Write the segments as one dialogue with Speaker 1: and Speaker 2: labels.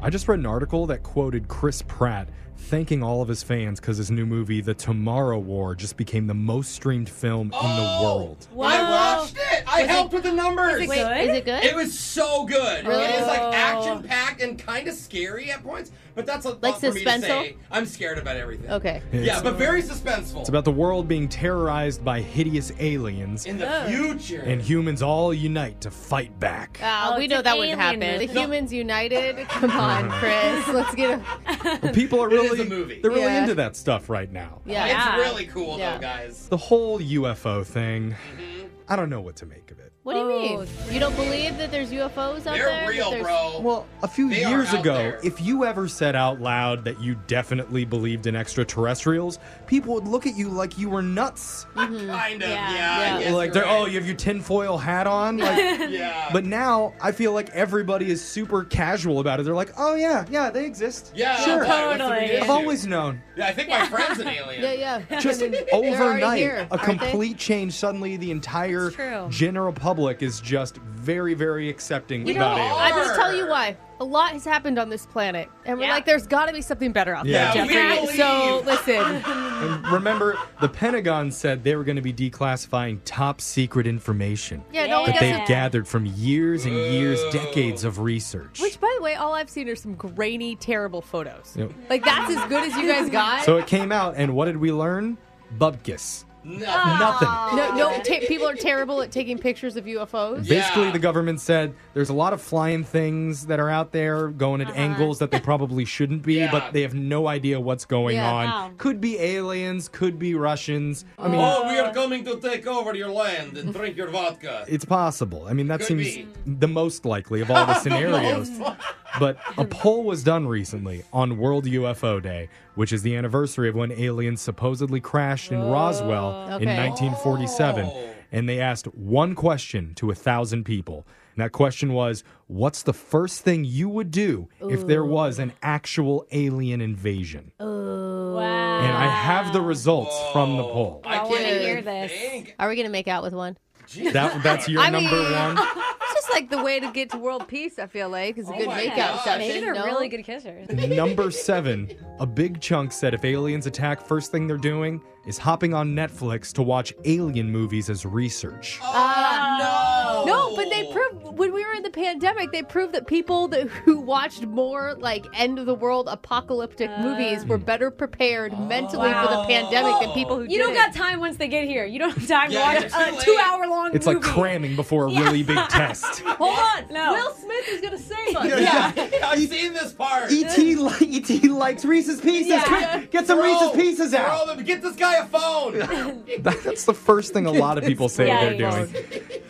Speaker 1: I just read an article that quoted Chris Pratt thanking all of his fans because his new movie, The Tomorrow War, just became the most streamed film in
Speaker 2: Oh!
Speaker 1: the world.
Speaker 2: I
Speaker 3: Whoa.
Speaker 2: watched it. I
Speaker 3: Was
Speaker 2: helped
Speaker 3: it-
Speaker 2: with the numbers.
Speaker 3: Is it good? Is it good?
Speaker 2: It was so good.
Speaker 3: Really?
Speaker 2: It is like
Speaker 3: Oh.
Speaker 2: action packed and kind of scary at points, but that's a
Speaker 3: Like
Speaker 2: lot for me to
Speaker 3: suspenseful?
Speaker 2: say. I'm scared about everything.
Speaker 3: okay.
Speaker 2: Yeah, but very suspenseful.
Speaker 1: It's about the world being terrorized by hideous aliens,
Speaker 2: in the future.
Speaker 1: and humans all unite to fight back.
Speaker 3: Ah,
Speaker 4: Oh,
Speaker 3: we
Speaker 4: it's
Speaker 3: know
Speaker 4: an
Speaker 3: that wouldn't
Speaker 4: alien
Speaker 3: happen.
Speaker 4: movie.
Speaker 3: The humans united. Come on, Chris. Let's get a
Speaker 1: But people are
Speaker 2: It is
Speaker 1: really
Speaker 2: a movie.
Speaker 1: they're really
Speaker 3: Yeah.
Speaker 1: into that stuff right now.
Speaker 3: yeah.
Speaker 2: it's
Speaker 4: Yeah.
Speaker 2: really cool
Speaker 3: Yeah.
Speaker 2: though, guys.
Speaker 1: The whole UFO thing,
Speaker 2: Mm-hmm.
Speaker 1: I don't know what to make of it.
Speaker 3: What do you
Speaker 4: Oh,
Speaker 3: mean? You don't believe that there's UFOs out
Speaker 2: They're
Speaker 3: there? That
Speaker 2: real,
Speaker 3: there's-
Speaker 2: bro.
Speaker 1: Well, a few
Speaker 2: They are
Speaker 1: years
Speaker 2: out
Speaker 1: ago,
Speaker 2: there.
Speaker 1: if you ever said out loud that you definitely believed in extraterrestrials, people would look at you like you were nuts.
Speaker 2: kind of. Yeah.
Speaker 4: Yeah.
Speaker 2: I
Speaker 3: Mm-hmm. Yeah.
Speaker 2: guess
Speaker 1: like,
Speaker 2: you're
Speaker 1: they're, oh, you have your tinfoil hat on?
Speaker 2: right.
Speaker 1: Like,
Speaker 2: yeah.
Speaker 1: but now I feel like everybody is super casual about it. They're like, oh, yeah, yeah, they exist.
Speaker 2: yeah,
Speaker 1: sure.
Speaker 2: why? What's the
Speaker 4: Totally.
Speaker 2: big
Speaker 4: I've
Speaker 1: I've
Speaker 2: issue?
Speaker 1: always known.
Speaker 2: Yeah, I think my friend's an alien.
Speaker 3: Yeah, yeah.
Speaker 1: Just
Speaker 3: I mean, they're already here,
Speaker 1: overnight, a
Speaker 3: aren't they?
Speaker 1: complete change. Suddenly, the
Speaker 4: It's true.
Speaker 1: entire general public is just very, very accepting
Speaker 2: You
Speaker 1: about
Speaker 2: know,
Speaker 1: aliens.
Speaker 3: I'm just telling you why. A lot has happened on this planet, and we're
Speaker 4: Yeah.
Speaker 3: like, there's got to be something better out
Speaker 1: Yeah.
Speaker 3: there,
Speaker 2: Yeah, we
Speaker 3: Jeffrey. So listen,
Speaker 1: And remember, the Pentagon said they were going to be declassifying top secret information
Speaker 3: yeah, no
Speaker 1: that
Speaker 3: one
Speaker 4: But
Speaker 3: gets
Speaker 1: they've
Speaker 3: it.
Speaker 1: gathered from years and years,
Speaker 2: Whoa.
Speaker 1: decades of research.
Speaker 3: Which, by the way, all I've seen are some grainy, terrible photos.
Speaker 1: Yep.
Speaker 3: Like that's as good as you guys got.
Speaker 1: So it came out, and what did we learn? Bubkis.
Speaker 2: Nothing.
Speaker 1: Ah. Nothing.
Speaker 3: no, no, ta- people are terrible at taking pictures of UFOs.
Speaker 2: Yeah.
Speaker 1: Basically, the government said there's a lot of flying things that are out there going at angles that they probably shouldn't be,
Speaker 2: Yeah.
Speaker 1: but they have no idea what's going
Speaker 3: Yeah.
Speaker 1: on.
Speaker 4: Wow.
Speaker 1: Could be aliens, could be Russians. I mean,
Speaker 2: Oh, we are coming to take over your land and drink your vodka.
Speaker 1: it's possible. I mean, that
Speaker 2: Could
Speaker 1: seems
Speaker 2: be.
Speaker 1: the most likely of all the scenarios.
Speaker 2: Most-
Speaker 1: But a poll was done recently on World UFO Day, which is the anniversary of when aliens supposedly crashed in Roswell in
Speaker 3: Oh, Okay.
Speaker 1: 1947.
Speaker 2: Oh.
Speaker 1: And they asked one question to a thousand people. And that question was What's the first thing you would do if there was an actual alien invasion?
Speaker 4: Wow.
Speaker 1: And I have the results from the poll.
Speaker 2: I
Speaker 4: I
Speaker 2: can't
Speaker 4: wanna
Speaker 2: even
Speaker 4: hear this.
Speaker 2: think.
Speaker 3: Are we gonna make out with one?
Speaker 2: Jesus
Speaker 1: That, that's your
Speaker 3: I
Speaker 1: number
Speaker 3: mean-
Speaker 1: one.
Speaker 3: It's just like the way to get to world peace. I feel like is a
Speaker 2: Oh
Speaker 3: good
Speaker 2: my
Speaker 3: makeout
Speaker 2: gosh.
Speaker 3: session.
Speaker 4: Maybe they're
Speaker 3: no?
Speaker 4: really good kissers.
Speaker 1: Number seven, a big chunk said if aliens attack, first thing they're doing is hopping on Netflix to watch alien movies as research.
Speaker 2: Oh,
Speaker 3: Uh, No, but they proved when we were in the pandemic, they proved that people that, who watched more like end of the world apocalyptic movies were better prepared mentally for the
Speaker 4: Uh. Oh. Wow.
Speaker 3: pandemic than people who
Speaker 4: You don't got time once they get here. You don't have time
Speaker 2: Yeah,
Speaker 4: to
Speaker 2: you're
Speaker 4: watch
Speaker 2: too
Speaker 4: a
Speaker 2: late.
Speaker 4: two-hour-long
Speaker 1: It's
Speaker 4: movie.
Speaker 1: like cramming before a really big test.
Speaker 4: Hold on. No.
Speaker 3: Will Smith is gonna say something.
Speaker 2: Yeah, I've seen this part.
Speaker 1: E.T. E Li- E.T. likes Reese's Pieces.
Speaker 4: Yeah.
Speaker 1: Quick, get some
Speaker 2: Bro,
Speaker 1: Reese's Pieces out.
Speaker 2: Bro, get this guy a phone.
Speaker 1: That's the first thing a lot of people say
Speaker 4: Yeah,
Speaker 1: they're doing.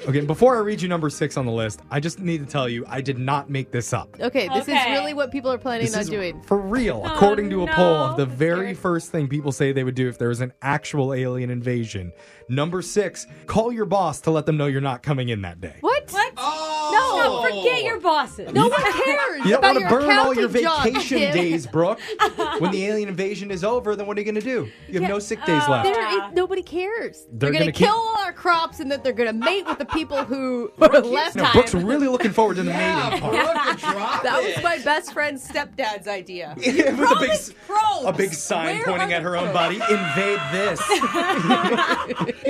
Speaker 1: Okay, before I read you number six on the list, I just need to tell you I did not make this up.
Speaker 3: Okay, this is
Speaker 4: Okay.
Speaker 3: really what people are planning
Speaker 1: This
Speaker 3: on
Speaker 1: is
Speaker 3: doing. Oh,
Speaker 1: For real, according to a poll of the
Speaker 4: no.
Speaker 1: very first thing people say they would do if there was an actual alien invasion. Number six, call your boss to let them know you're not coming in that day.
Speaker 3: What?
Speaker 4: What?
Speaker 2: Oh.
Speaker 4: No, forget your bosses.
Speaker 3: No one cares
Speaker 1: You don't
Speaker 3: about
Speaker 1: want
Speaker 3: your
Speaker 1: to burn all your
Speaker 3: accounting job,
Speaker 1: vacation
Speaker 3: Tim.
Speaker 1: days, Brooke. when the alien invasion is over, then what are you going to do? You have no sick days
Speaker 4: oh.
Speaker 1: left.
Speaker 3: There ain't- nobody cares.
Speaker 1: They're
Speaker 3: They're, gonna,
Speaker 1: gonna keep-
Speaker 3: kill all our crops, and that they're gonna mate with the people who were left
Speaker 1: no,
Speaker 3: time.
Speaker 1: Brooke's really looking forward to the
Speaker 2: Yeah,
Speaker 1: mating part.
Speaker 2: Brooke, drop
Speaker 3: That
Speaker 2: it.
Speaker 3: was my best friend's stepdad's idea.
Speaker 1: With a big, s-
Speaker 3: Probes.
Speaker 1: a big sign
Speaker 3: Where
Speaker 1: pointing
Speaker 3: are
Speaker 1: at her own body. Invade this.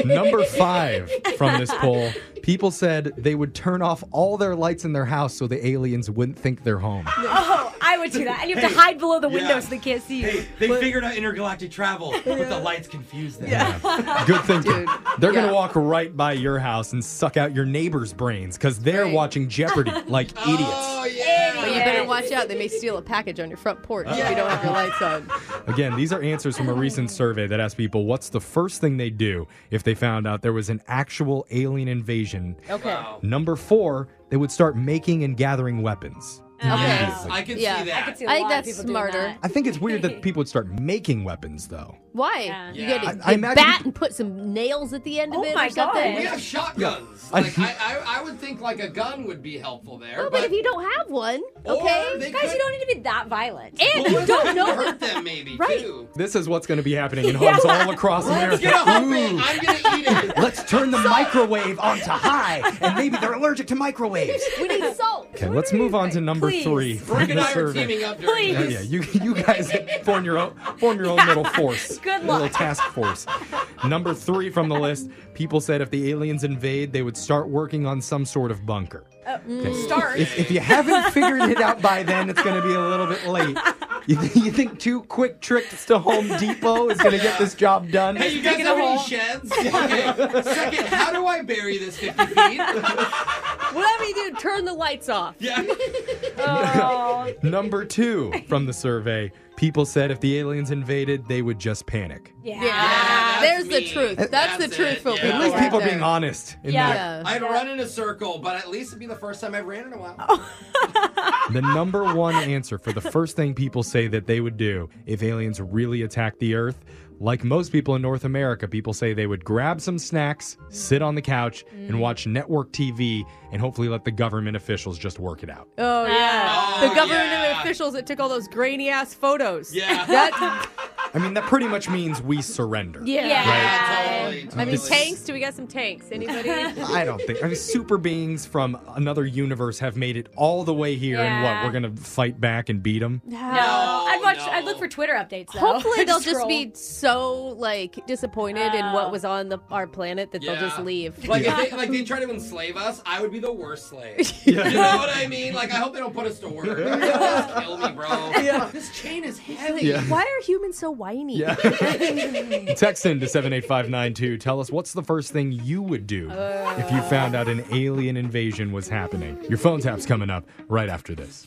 Speaker 1: Number five from this poll. People said they would turn off all their lights in their house so the aliens wouldn't think they're home.
Speaker 4: Oh, I would do that. And you have to hide below the window
Speaker 2: Yeah.
Speaker 4: so they can't see you.
Speaker 2: Hey, they figured out intergalactic travel, but the lights confused them.
Speaker 1: Good thinking.
Speaker 3: Dude,
Speaker 1: They're
Speaker 3: yeah.
Speaker 1: gonna walk right by your house and suck out your neighbor's brains because they're
Speaker 3: Right.
Speaker 1: watching Jeopardy like idiots.
Speaker 2: Oh yeah.
Speaker 3: But you
Speaker 4: Yeah.
Speaker 3: better watch out. They may steal a package on your front porch if you don't have
Speaker 1: Uh.
Speaker 3: your lights on.
Speaker 1: Again, these are answers from a recent survey that asked people what's the first thing they'd do if they found out there was an actual alien invasion.
Speaker 3: Okay.
Speaker 2: Wow.
Speaker 1: Number four, they would start making and gathering weapons.
Speaker 2: Yes, I can
Speaker 3: Yeah.
Speaker 2: see that.
Speaker 4: I could see a
Speaker 3: I
Speaker 4: lot
Speaker 3: think
Speaker 4: of
Speaker 3: that's
Speaker 4: people doing
Speaker 3: smarter.
Speaker 4: that.
Speaker 1: I think it's weird that people would start making weapons, though.
Speaker 3: Why?
Speaker 4: Yeah.
Speaker 3: You
Speaker 2: Yeah.
Speaker 3: get a
Speaker 1: I- I
Speaker 3: big
Speaker 1: imagine-
Speaker 3: bat and put some nails at the end of
Speaker 4: Oh
Speaker 3: it
Speaker 4: my
Speaker 3: or something.
Speaker 2: We
Speaker 4: God.
Speaker 2: have shotguns.
Speaker 1: Yeah.
Speaker 2: Like I, I, I would think like a gun would be helpful there.
Speaker 3: No, but if you don't have one,
Speaker 2: Or
Speaker 3: okay.
Speaker 2: they
Speaker 4: Guys,
Speaker 2: could-
Speaker 4: you don't need to be that violent.
Speaker 3: and you don't know
Speaker 2: hurt them maybe
Speaker 3: Right.
Speaker 2: too.
Speaker 1: This is what's gonna be happening in homes all across America.
Speaker 2: Get off it!
Speaker 1: Ooh.
Speaker 2: I'm gonna eat it.
Speaker 1: Let's turn the microwave onto high, and maybe they're allergic to microwaves.
Speaker 3: we need salt.
Speaker 1: Okay, let's move on to number
Speaker 4: Please.
Speaker 1: three. from
Speaker 2: Rick and
Speaker 1: the
Speaker 2: I are
Speaker 1: survey.
Speaker 2: teaming up.
Speaker 4: Please.
Speaker 1: Yeah, yeah, you you guys form your own form your own little force,
Speaker 4: Good
Speaker 1: little
Speaker 4: luck.
Speaker 1: task force. Number three from the list: people said if the aliens invade, they would start working on some sort of bunker. Okay.
Speaker 4: Uh, mm, Start.
Speaker 1: If, if you haven't figured it out by then, it's going to be a little bit late. You, th- you think two quick tricks to Home Depot is going to get this job done?
Speaker 2: Hey, you guys
Speaker 4: Digging
Speaker 2: have
Speaker 4: a
Speaker 2: any
Speaker 4: hole.
Speaker 2: sheds? Okay. Second, how do I bury this 50 feet?
Speaker 3: Whatever you do, turn the lights off.
Speaker 2: yeah.
Speaker 4: Oh.
Speaker 1: Number two from the survey: people said if the aliens invaded, they would just panic.
Speaker 4: Yeah.
Speaker 2: Yeah,
Speaker 3: Ah, There's
Speaker 2: that's
Speaker 3: the truth.
Speaker 2: me.
Speaker 3: That's, the
Speaker 2: That's
Speaker 3: truth
Speaker 2: it,
Speaker 3: for
Speaker 2: yeah.
Speaker 3: people.
Speaker 1: At least
Speaker 3: right
Speaker 1: people
Speaker 3: there.
Speaker 1: being honest. In
Speaker 4: Yeah.
Speaker 1: that.
Speaker 3: Yeah.
Speaker 2: I've run in a circle, but at least it'd be the first time I've ran in a while. Oh,
Speaker 1: The number one answer for the first thing people say that they would do if aliens really attacked the Earth, like most people in North America, people say they would grab some snacks, sit on the couch, and watch network TV, and hopefully let the government officials just work it out.
Speaker 3: Oh yeah,
Speaker 2: Oh,
Speaker 3: the government
Speaker 2: yeah.
Speaker 3: officials that took all those grainy ass photos.
Speaker 2: Yeah.
Speaker 3: That,
Speaker 1: I mean, that pretty much means we surrender.
Speaker 3: yeah.
Speaker 4: Yeah,
Speaker 2: totally,
Speaker 3: I mean,
Speaker 2: totally.
Speaker 3: tanks. Do we got some tanks? Anybody?
Speaker 1: I don't think. I mean, super beings from another universe have made it all the way here, and
Speaker 4: Yeah.
Speaker 1: what? We're gonna fight back and beat them.
Speaker 4: No. I'd watch. I'd look
Speaker 2: no.
Speaker 4: for Twitter updates. Though.
Speaker 3: Hopefully they'll just
Speaker 4: Scroll.
Speaker 3: be so like disappointed in what was on the our planet that they'll
Speaker 2: Yeah.
Speaker 3: just leave.
Speaker 2: Like, if they, like they try to enslave us, I would be the worst slave. You know what I mean? Like, I hope they don't put us to work. Just kill me, bro. This chain is heavy.
Speaker 1: Yeah.
Speaker 3: Why are humans so whiny?
Speaker 1: Yeah. Text in to 78592. Tell us what's the first thing you would do if you found out an alien invasion was happening. Your phone tap's coming up right after this.